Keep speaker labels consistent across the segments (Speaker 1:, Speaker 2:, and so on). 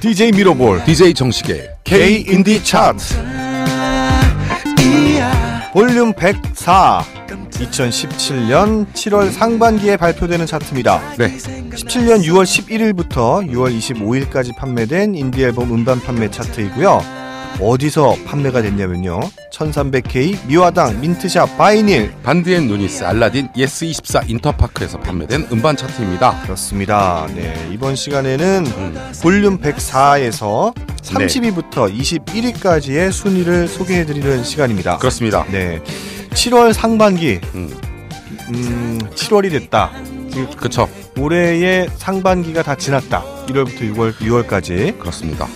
Speaker 1: DJ 미러볼
Speaker 2: DJ 정식의
Speaker 1: K 인디 차트 볼륨 104 2017년 7월 아, 상반기에 발표되는 차트입니다.
Speaker 2: 네
Speaker 1: 17년 6월 11일부터 6월 25일까지 판매된 인디 앨범 음반 판매 차트이고요. 어디서 판매가 됐냐면요. 1300K 미화당 민트샵 바이닐
Speaker 2: 반드앤 누니스 알라딘 예스24 인터파크에서 판매된 음반 차트입니다.
Speaker 1: 그렇습니다. 네, 이번 시간에는
Speaker 2: 음.
Speaker 1: 볼륨 104에서 30위부터 21위까지의 순위를 소개해드리는 시간입니다.
Speaker 2: 그렇습니다.
Speaker 1: 네, 7월 상반기,
Speaker 2: 음,
Speaker 1: 음, 7월이 됐다.
Speaker 2: 그쵸
Speaker 1: 올해의 상반기가 다 지났다. 1월부터 6월, 6월까지.
Speaker 2: 그렇습니다.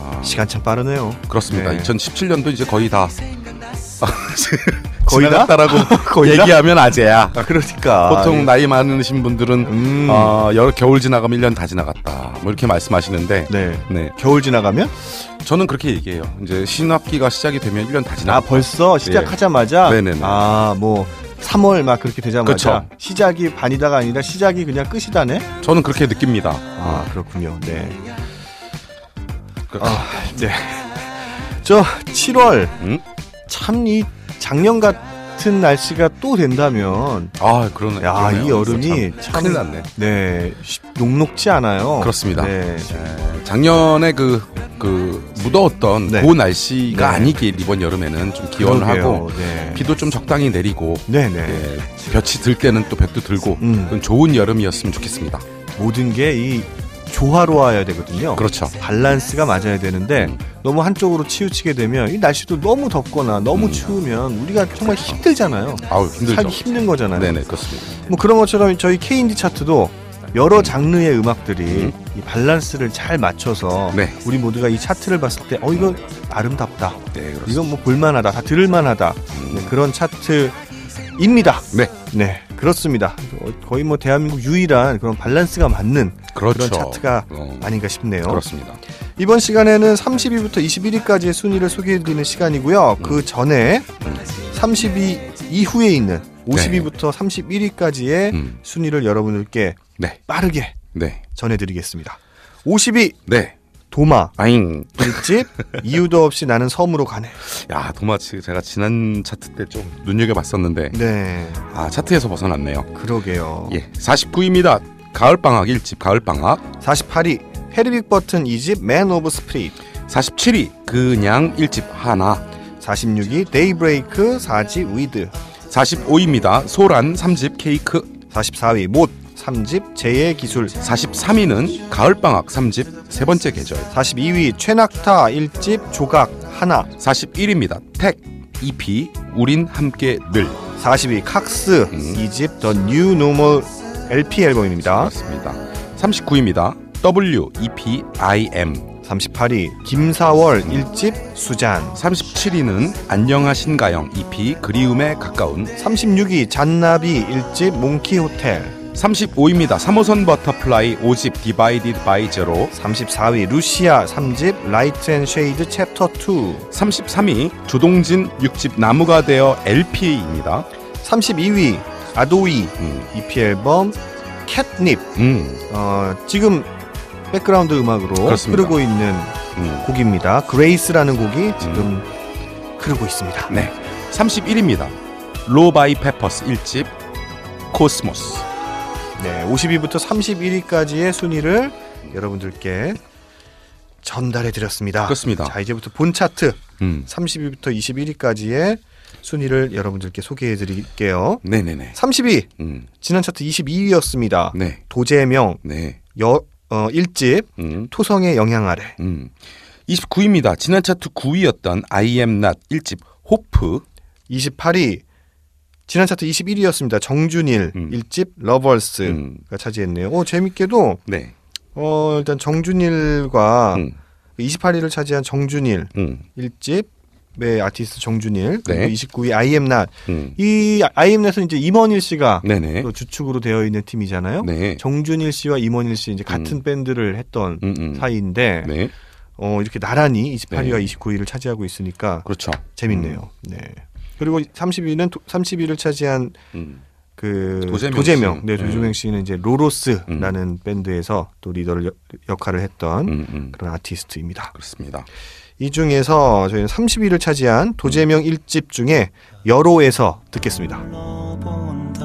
Speaker 2: 와,
Speaker 1: 시간 참 빠르네요.
Speaker 2: 그렇습니다.
Speaker 1: 네.
Speaker 2: 2017년도 이제 거의 다
Speaker 1: 거의 다?
Speaker 2: 지나갔다라고
Speaker 1: 거의 다?
Speaker 2: 얘기하면 아재야.
Speaker 1: 아, 그러니까.
Speaker 2: 보통
Speaker 1: 예.
Speaker 2: 나이 많으신 분들은
Speaker 1: 음.
Speaker 2: 어, 여러 겨울 지나가면 1년 다 지나갔다. 뭐 이렇게 말씀하시는데
Speaker 1: 네.
Speaker 2: 네.
Speaker 1: 겨울 지나가면? 아,
Speaker 2: 저는 그렇게 얘기해요. 이제 신학기가 시작이 되면 1년 다
Speaker 1: 아,
Speaker 2: 지나.
Speaker 1: 벌써 시작하자마자?
Speaker 2: 네네네.
Speaker 1: 아, 뭐, 3월 막 그렇게 되자마자.
Speaker 2: 그쵸.
Speaker 1: 시작이 반이다가 아니라 시작이 그냥 끝이다네?
Speaker 2: 저는 그렇게 느낍니다.
Speaker 1: 아 그렇군요. 네.
Speaker 2: 그-
Speaker 1: 아 네. 저 7월
Speaker 2: 음?
Speaker 1: 참 이 작년 같은 날씨가 또 된다면
Speaker 2: 아, 그러네.
Speaker 1: 야
Speaker 2: 그러네요.
Speaker 1: 이 여름이
Speaker 2: 참
Speaker 1: 참,
Speaker 2: 큰일 났네.
Speaker 1: 네 쉽- 녹록지 않아요.
Speaker 2: 그렇습니다. 예,
Speaker 1: 네.
Speaker 2: 작년에 그, 그 무더웠던
Speaker 1: 네.
Speaker 2: 그 날씨가
Speaker 1: 네.
Speaker 2: 아니길 이번 여름에는 좀 기원하고
Speaker 1: 그러게요. 네.
Speaker 2: 비도 좀 적당히 내리고
Speaker 1: 네네.
Speaker 2: 예, 볕이 들 때는 또 볕도 들고
Speaker 1: 음.
Speaker 2: 그런 좋은 여름이었으면 좋겠습니다.
Speaker 1: 모든 게 이 조화로워야 되거든요.
Speaker 2: 그렇죠.
Speaker 1: 밸런스가 맞아야 되는데
Speaker 2: 음.
Speaker 1: 너무 한쪽으로 치우치게 되면 이 날씨도 너무 덥거나 너무
Speaker 2: 음.
Speaker 1: 추우면 우리가 정말 힘들잖아요.
Speaker 2: 아우 힘들죠.
Speaker 1: 살기 힘든 거잖아요.
Speaker 2: 네네 그렇습니다.
Speaker 1: 뭐 그런 것처럼 저희 K-인디 차트도 여러
Speaker 2: 음.
Speaker 1: 장르의 음악들이 이 밸런스를 잘 맞춰서
Speaker 2: 네.
Speaker 1: 우리 모두가 이 차트를 봤을 때 어 이건 아름답다.
Speaker 2: 네 그렇습니다.
Speaker 1: 이건 뭐 볼만하다. 다 들을만하다. 네, 그런 차트입니다.
Speaker 2: 네
Speaker 1: 네. 그렇습니다. 어, 거의 뭐 대한민국 유일한 그런 밸런스가 맞는
Speaker 2: 그렇죠.
Speaker 1: 그런 차트가
Speaker 2: 어,
Speaker 1: 아닌가 싶네요.
Speaker 2: 그렇습니다.
Speaker 1: 이번 시간에는 30위부터 21위까지의 순위를 소개해드리는
Speaker 2: 음.
Speaker 1: 시간이고요. 그 전에 30위 이후에 있는 50위부터 31위까지의
Speaker 2: 네. 음.
Speaker 1: 순위를 여러분들께
Speaker 2: 네
Speaker 1: 빠르게
Speaker 2: 네
Speaker 1: 전해드리겠습니다. 50위
Speaker 2: 네.
Speaker 1: 도마
Speaker 2: 아잉.
Speaker 1: 일집 이유도 없이 나는 섬으로 가네.
Speaker 2: 야 도마치 제가 지난 차트 때 좀 눈여겨봤었는데
Speaker 1: 네,
Speaker 2: 아 차트에서 벗어났네요.
Speaker 1: 그러게요.
Speaker 2: 예 49입니다. 가을 방학 1집 가을 방학
Speaker 1: 48위 헤르빅 버튼 이집 맨 오브 스프릿
Speaker 2: 47위 그냥 1집 하나
Speaker 1: 46위 데이브레이크 4집 위드
Speaker 2: 45위입니다. 소란 3집 케이크
Speaker 1: 44위 못 3집 제의 기술
Speaker 2: 43위는 가을방학 3집 세 번째 계절
Speaker 1: 42위 최낙타 1집 조각 하나
Speaker 2: 41위입니다. 택 EP 우린 함께 늘
Speaker 1: 40위 칵스
Speaker 2: 음.
Speaker 1: 이 2집 더 뉴 노멀 LP 앨범입니다
Speaker 2: 맞습니다. 39위입니다. W EP I M
Speaker 1: 38위 김사월 1집 수잔
Speaker 2: 37위는 안녕하신가영 EP 그리움에 가까운
Speaker 1: 36위 잔나비 1집 몽키 호텔
Speaker 2: 35위입니다. 3호선 버터플라이 5집 디바이디드 바이 제로
Speaker 1: 34위 루시아 3집 라이트 앤 쉐이드 챕터 2
Speaker 2: 33위 조동진 6집 나무가 되어 LP입니다.
Speaker 1: 32위 아도이
Speaker 2: 음,
Speaker 1: EP E 앨범 캣닙
Speaker 2: 음,
Speaker 1: 어, 지금 백그라운드 음악으로
Speaker 2: 그렇습니다.
Speaker 1: 흐르고 있는
Speaker 2: 음.
Speaker 1: 곡입니다. 그레이스라는 곡이 지금 흐르고 있습니다.
Speaker 2: 네. 31위입니다. 로바이 페퍼스 1집 코스모스
Speaker 1: 네, 50위부터 31위까지의 순위를 여러분들께 전달해 드렸습니다.
Speaker 2: 그렇습니다.
Speaker 1: 자, 이제부터 본 차트
Speaker 2: 음.
Speaker 1: 30위부터 21위까지의 순위를 여러분들께 소개해 드릴게요.
Speaker 2: 네네네.
Speaker 1: 30위
Speaker 2: 음.
Speaker 1: 지난 차트 22위였습니다.
Speaker 2: 네.
Speaker 1: 도재명
Speaker 2: 네.
Speaker 1: 여 어, 1집
Speaker 2: 음.
Speaker 1: 토성의 영향 아래
Speaker 2: 음. 29위입니다. 지난 차트 9위였던 I am not 1집 호프
Speaker 1: 28위 지난 차트 21위였습니다. 정준일
Speaker 2: 음.
Speaker 1: 1집 러버스가
Speaker 2: 음.
Speaker 1: 차지했네요. 오, 재밌게도
Speaker 2: 네.
Speaker 1: 어, 일단 정준일과
Speaker 2: 음.
Speaker 1: 28위를 차지한 정준일
Speaker 2: 음.
Speaker 1: 1집의 네, 아티스트 정준일 그리고
Speaker 2: 네.
Speaker 1: 29위 아이엠낫
Speaker 2: 음.
Speaker 1: 이 아이엠낫은 이제 임원일 씨가
Speaker 2: 네네.
Speaker 1: 또 주축으로 되어 있는 팀이잖아요.
Speaker 2: 네.
Speaker 1: 정준일 씨와 임원일 씨 이제 같은 밴드를 했던
Speaker 2: 음, 음.
Speaker 1: 사이인데
Speaker 2: 네.
Speaker 1: 어, 이렇게 나란히 28위와
Speaker 2: 네.
Speaker 1: 29위를 차지하고 있으니까
Speaker 2: 그렇죠.
Speaker 1: 재밌네요. 네. 그리고 30위는 30위를 차지한
Speaker 2: 음.
Speaker 1: 그 그
Speaker 2: 도재명 씨. 네.
Speaker 1: 네 도재명 씨는 이제 로로스라는 밴드에서 또 리더를 여- 역할을 했던
Speaker 2: 음, 음.
Speaker 1: 그런 아티스트입니다.
Speaker 2: 그렇습니다.
Speaker 1: 이 중에서 저희는 30위를 차지한 도재명
Speaker 2: 음.
Speaker 1: 일 1집 중에 여로에서 듣겠습니다.
Speaker 3: 불러본다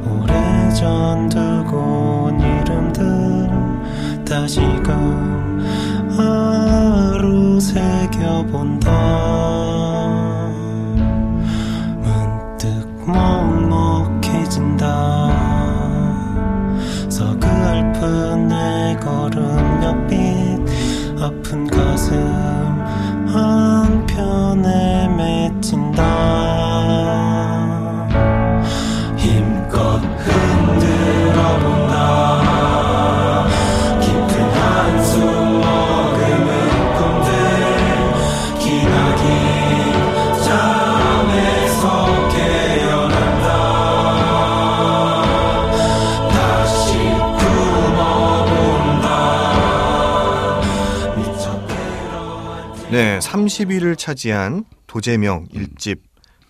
Speaker 3: 오래전 두고 온 이름들 다시금 하루 새겨본다 문득 먹먹해진다 서글픈 내 걸음 옆빛 아픈 가슴 한편에 맺힌다 힘껏 흔들어본다 깊은 한숨 머금은 꿈들 기나긴 잠에서 깨어난다 다시 품어본다 미쳐
Speaker 1: 네, 30위를 차지한 도재명
Speaker 2: 음.
Speaker 1: 일 1집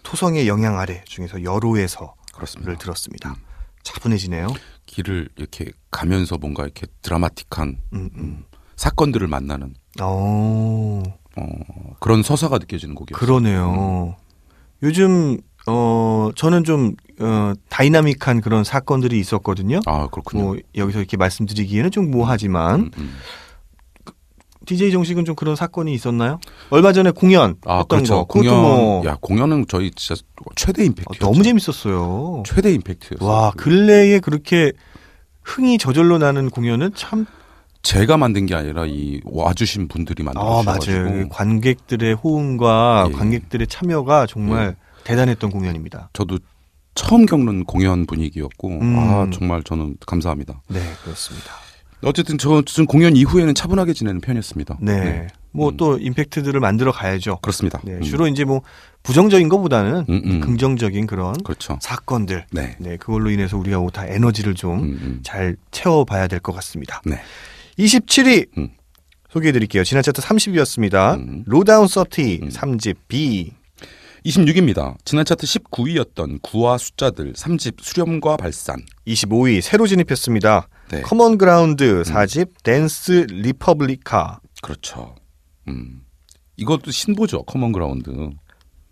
Speaker 1: 토성의 영향 아래 중에서 여로에서를
Speaker 2: 그렇습니다.
Speaker 1: 들었습니다. 차분해지네요.
Speaker 2: 길을 이렇게 가면서 뭔가 이렇게 드라마틱한
Speaker 1: 음, 음.
Speaker 2: 사건들을 만나는
Speaker 1: 어,
Speaker 2: 어, 그런 서사가 느껴지는 곡이었어요. 음.
Speaker 1: 그러네요. 요즘 어 저는 좀 어, 다이나믹한 그런 사건들이 있었거든요.
Speaker 2: 아 그렇군요.
Speaker 1: 뭐 여기서 이렇게 말씀드리기에는 좀 모하지만
Speaker 2: 음, 음.
Speaker 1: DJ 정식은 좀 그런 사건이 있었나요? 얼마 전에 공연
Speaker 2: 아
Speaker 1: 했던
Speaker 2: 그렇죠.
Speaker 1: 거 그것도
Speaker 2: 공연
Speaker 1: 뭐
Speaker 2: 야 공연은 저희 진짜 최대
Speaker 1: 어,
Speaker 2: 임팩트.
Speaker 1: 너무 재밌었어요.
Speaker 2: 최대 임팩트였어요.
Speaker 1: 와
Speaker 2: 그게.
Speaker 1: 근래에 그렇게 흥이 저절로 나는 공연은 참
Speaker 2: 제가 만든 게 아니라 이 와주신 분들이
Speaker 1: 아,
Speaker 2: 만들어주셔가지고
Speaker 1: 맞아요. 관객들의 호응과
Speaker 2: 예.
Speaker 1: 관객들의 참여가 정말 대단했던 공연입니다.
Speaker 2: 저도 처음 겪는 공연 분위기였고
Speaker 1: 음.
Speaker 2: 아 정말 저는 감사합니다.
Speaker 1: 네 그렇습니다.
Speaker 2: 어쨌든 저 지금 공연 이후에는 차분하게 지내는 편이었습니다.
Speaker 1: 네. 뭐
Speaker 2: 음.
Speaker 1: 또 임팩트들을 만들어 가야죠.
Speaker 2: 그렇습니다.
Speaker 1: 네,
Speaker 2: 음.
Speaker 1: 주로 이제 뭐 부정적인 것보다는
Speaker 2: 음, 음.
Speaker 1: 긍정적인 그런
Speaker 2: 그렇죠.
Speaker 1: 사건들.
Speaker 2: 네.
Speaker 1: 네, 그걸로 인해서 우리가 다 에너지를 좀
Speaker 2: 음, 음.
Speaker 1: 잘 채워봐야 될 것 같습니다.
Speaker 2: 네.
Speaker 1: 27위
Speaker 2: 음.
Speaker 1: 소개해드릴게요. 지난 차트 30위였습니다.
Speaker 2: 음.
Speaker 1: 로다운 서티
Speaker 2: 음.
Speaker 1: 3집 B.
Speaker 2: 26입니다. 지난 차트 19위였던 구와 숫자들 3집 수렴과 발산.
Speaker 1: 25위 새로 진입했습니다.
Speaker 2: 네.
Speaker 1: 커먼 그라운드 4집 댄스 리퍼블리카.
Speaker 2: 그렇죠. 음. 이것도 신보죠. 커먼 그라운드.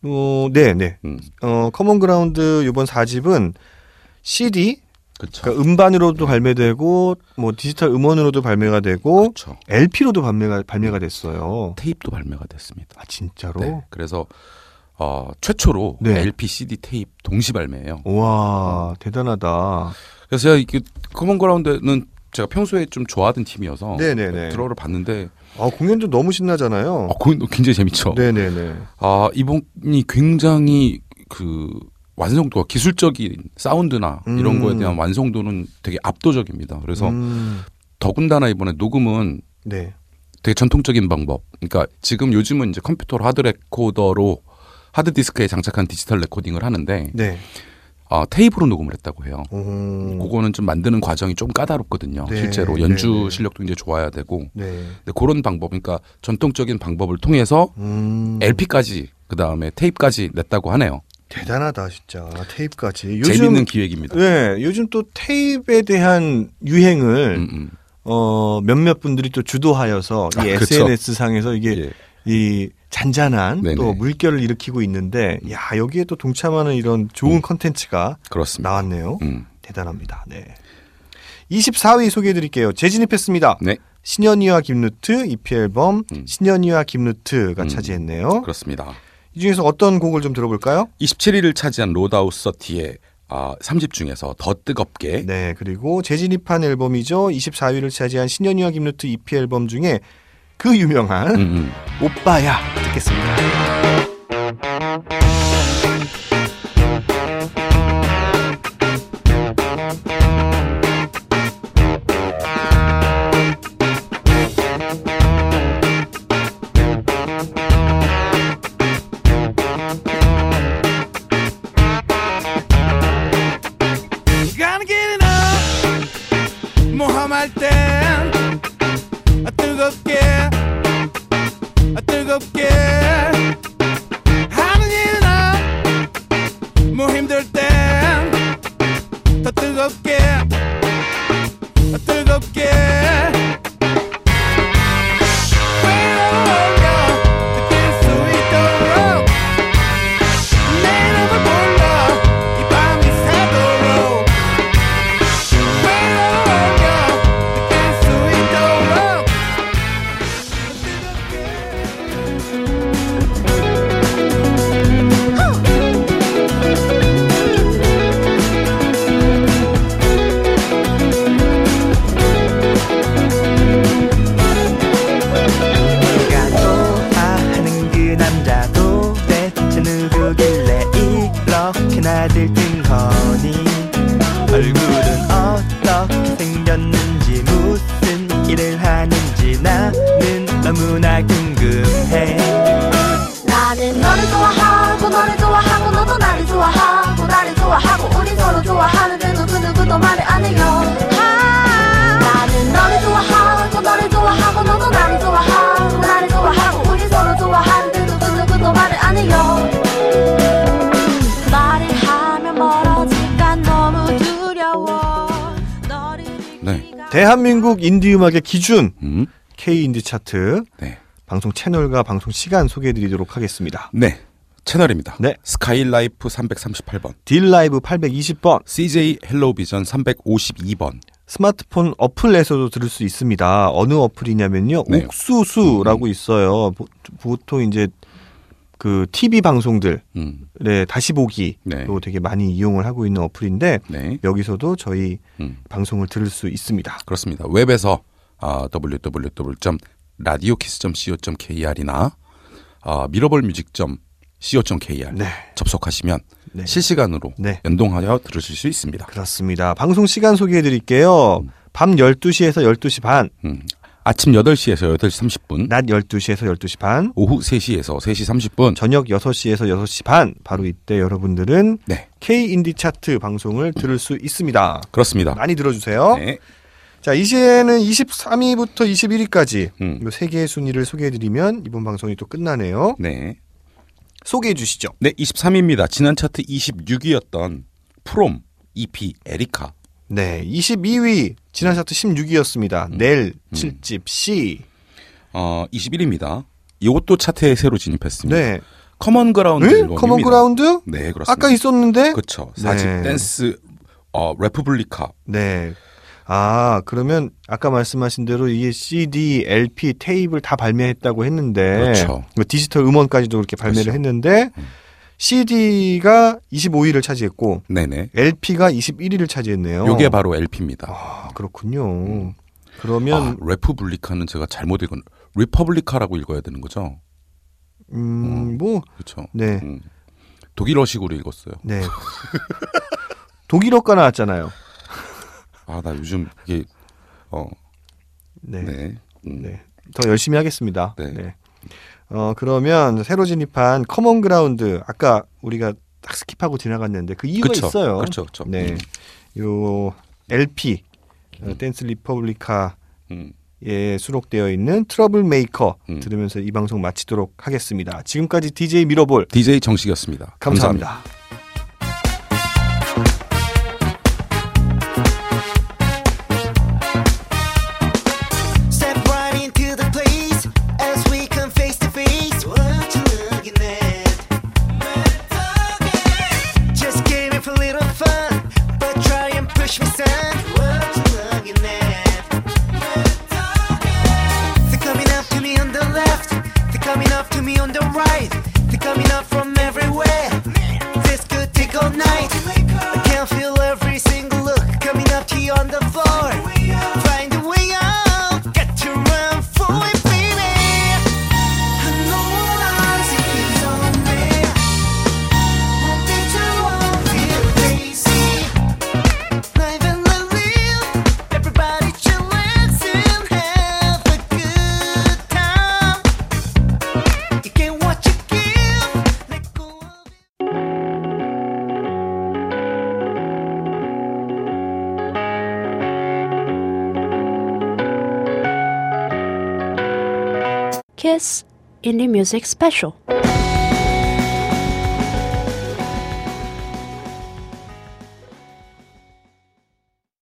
Speaker 1: 어, 네, 네.
Speaker 2: 음.
Speaker 1: 어, 커먼 그라운드 이번 4집은 CD
Speaker 2: 그렇죠.
Speaker 1: 그러니까 음반으로도 발매되고 뭐 디지털 음원으로도 발매가 되고
Speaker 2: 그렇죠.
Speaker 1: LP로도 발매가 발매가 됐어요.
Speaker 2: 테이프도 발매가 됐습니다.
Speaker 1: 아 진짜로?
Speaker 2: 네. 그래서 어, 최초로
Speaker 1: 네.
Speaker 2: LP, CD, 테이프 동시 발매예요.
Speaker 1: 우와 대단하다. 아,
Speaker 2: 그래서 제가 이게 커먼 그라운드는 제가 평소에 좀 좋아하던 팀이어서
Speaker 1: 네네네.
Speaker 2: 들어를 봤는데
Speaker 1: 아 공연도 너무 신나잖아요.
Speaker 2: 어, 공연도 굉장히 재밌죠.
Speaker 1: 네네네.
Speaker 2: 아 이분이 굉장히 그 완성도가 기술적인 사운드나
Speaker 1: 음.
Speaker 2: 이런 거에 대한 완성도는 되게 압도적입니다. 그래서
Speaker 1: 음,
Speaker 2: 더군다나 이번에 녹음은
Speaker 1: 네.
Speaker 2: 되게 전통적인 방법. 그러니까 지금 요즘은 이제 컴퓨터로 하드 레코더로 하드 디스크에 장착한 디지털 레코딩을 하는데
Speaker 1: 네.
Speaker 2: 아, 테이프로 녹음을 했다고 해요.
Speaker 1: 오.
Speaker 2: 그거는 좀 만드는 과정이 좀 까다롭거든요.
Speaker 1: 음. 네,
Speaker 2: 실제로
Speaker 1: 네, 네.
Speaker 2: 연주 실력도 이제 좋아야 되고.
Speaker 1: 네.
Speaker 2: 근데 그런 방법, 그러니까 전통적인 방법을 통해서
Speaker 1: 음.
Speaker 2: LP까지 그 다음에 테이프까지 냈다고 하네요.
Speaker 1: 대단하다 진짜 테이프까지.
Speaker 2: 재밌는 기획입니다.
Speaker 1: 네 요즘 또 테이프에 대한 유행을
Speaker 2: 음, 음.
Speaker 1: 어 몇몇 분들이 또 주도하여서
Speaker 2: 아,
Speaker 1: 이
Speaker 2: 그쵸.
Speaker 1: SNS 상에서 이게
Speaker 2: 예.
Speaker 1: 이 잔잔한
Speaker 2: 네네.
Speaker 1: 또 물결을 일으키고 있는데 야 여기에 또 동참하는 이런 좋은 컨텐츠가
Speaker 2: 그렇습니다.
Speaker 1: 나왔네요.
Speaker 2: 음.
Speaker 1: 대단합니다. 네. 24위 소개해 드릴게요. 재진입했습니다.
Speaker 2: 네,
Speaker 1: 신현이와 김루트 EP 앨범
Speaker 2: 음.
Speaker 1: 신현이와 김루트가 차지했네요.
Speaker 2: 그렇습니다.
Speaker 1: 이 중에서 어떤 곡을 좀 들어볼까요?
Speaker 2: 27일을 차지한 로다우스 서티의 아, 3집 중에서 더 뜨겁게
Speaker 1: 네, 그리고 재진입한 앨범이죠. 24위를 차지한 신현이와 김루트 EP 앨범 중에 그 유명한
Speaker 2: 음, 음.
Speaker 1: 오빠야 듣겠습니다.
Speaker 3: Gotta get it up 모험할 땐 아, 뜨겁게 아, 뜨겁게 하는 일은 없뭐 힘들 그
Speaker 1: 대한민국 인디 음악의 기준
Speaker 2: 음.
Speaker 1: K 인디 차트
Speaker 2: 네.
Speaker 1: 방송 채널과 방송 시간 소개해드리도록 하겠습니다.
Speaker 2: 네. 채널입니다.
Speaker 1: 네.
Speaker 2: 스카이라이프 338번,
Speaker 1: 딜 라이브 820번
Speaker 2: CJ 헬로비전 352번.
Speaker 1: 스마트폰 어플에서도 들을 수 있습니다. 어느 어플이냐면요,
Speaker 2: 네. 음.
Speaker 1: 옥수수라고 있어요. 보- 보통 이제 그 TV 방송들
Speaker 2: 음.
Speaker 1: 네, 다시 보기로
Speaker 2: 네.
Speaker 1: 되게 많이 이용을 하고 있는 어플인데
Speaker 2: 네.
Speaker 1: 여기서도 저희
Speaker 2: 음.
Speaker 1: 방송을 들을 수 있습니다.
Speaker 2: 그렇습니다. 웹에서 아, www.radiokiss.co.kr이나 아, 미러볼뮤직.co.kr
Speaker 1: 네.
Speaker 2: 접속하시면
Speaker 1: 네.
Speaker 2: 실시간으로
Speaker 1: 네.
Speaker 2: 연동하여 들으실 수 있습니다.
Speaker 1: 그렇습니다. 방송 시간 소개해 드릴게요. 밤 12시에서 12시 반,
Speaker 2: 음. 아침 8시에서 8시 30분,
Speaker 1: 낮 12시에서 12시 반,
Speaker 2: 오후 3시에서 3시 30분.
Speaker 1: 저녁 6시에서 6시 반, 바로 이때 여러분들은
Speaker 2: 음. 네.
Speaker 1: K 인디 차트 방송을 들을 수 있습니다.
Speaker 2: 그렇습니다.
Speaker 1: 많이 들어주세요.
Speaker 2: 네.
Speaker 1: 자, 이제는 23위부터 21위까지
Speaker 2: 음.
Speaker 1: 이 3개의 순위를 소개해드리면 이번 방송이 또 끝나네요.
Speaker 2: 네.
Speaker 1: 소개해 주시죠.
Speaker 2: 네, 23위입니다. 지난 차트 26위였던 프롬 EP 에리카.
Speaker 1: 네, 22위
Speaker 2: 음.
Speaker 1: 지난 차트 16위였습니다. 넬 7집 C.
Speaker 2: 어, 21위입니다. 이것도 차트에 새로 진입했습니다.
Speaker 1: 네,
Speaker 2: 커먼 그라운드
Speaker 1: 에?
Speaker 2: 앨범입니다.
Speaker 1: 커먼 그라운드?
Speaker 2: 음. 네, 그렇습니다.
Speaker 1: 아까 있었는데.
Speaker 2: 그렇죠.
Speaker 1: 네.
Speaker 2: 4집 댄스 어, 레프블리카.
Speaker 1: 네. 아 그러면 아까 말씀하신 대로 이게 CD, LP, 테이블 다 발매했다고 했는데
Speaker 2: 그렇죠.
Speaker 1: 그 디지털 음원까지도 그렇게 발매를
Speaker 2: 그렇죠.
Speaker 1: 했는데 CD가 25위를 차지했고
Speaker 2: 네, 네.
Speaker 1: LP가 21위를 차지했네요.
Speaker 2: 요게 바로 LP입니다.
Speaker 1: 어. 아
Speaker 2: 아,
Speaker 1: 그렇군요. 그러면
Speaker 2: 레프블리카는 제가 잘못 읽은 리퍼블리카라고 읽어야 되는 거죠.
Speaker 1: 음뭐
Speaker 2: 그렇죠.
Speaker 1: 네.
Speaker 2: 음. 독일어식으로 읽었어요.
Speaker 1: 네. 독일어가 나왔잖아요.
Speaker 2: 아, 나 요즘 이게 어,
Speaker 1: 네.
Speaker 2: 네.
Speaker 1: 네.
Speaker 2: 음.
Speaker 1: 더 열심히 하겠습니다. 네.
Speaker 2: 네.
Speaker 1: 어, 그러면 새로 진입한 커먼 그라운드 아까 우리가 딱 스킵하고 지나갔는데 그 이유가
Speaker 2: 그쵸,
Speaker 1: 있어요.
Speaker 2: 그쵸, 그쵸.
Speaker 1: 네.
Speaker 2: 음.
Speaker 1: 요 LP 어, 댄스 리퍼블리카에
Speaker 2: 음.
Speaker 1: 수록되어 있는 트러블 메이커
Speaker 2: 음.
Speaker 1: 들으면서 이 방송 마치도록 하겠습니다. 지금까지 DJ 밀어볼
Speaker 2: DJ 정식이었습니다.
Speaker 1: 감사합니다.
Speaker 2: 감사합니다.
Speaker 4: Step right into the place as we come face to face. What you looking at? Just gave me for a little fun, but try and push me, son. What you looking at? They're coming up to me on the left, they're coming up to me on the right, they're coming up from everywhere. This could take all night. I can feel every single look coming up to you on the floor. Find a way out. Got to run for it, baby. I know all eyes is on me. Won't be too long, feel crazy. Live and let live. Everybody chillax and have a good time. You get what you give. Let go of it.
Speaker 5: Kiss Indie Music Special.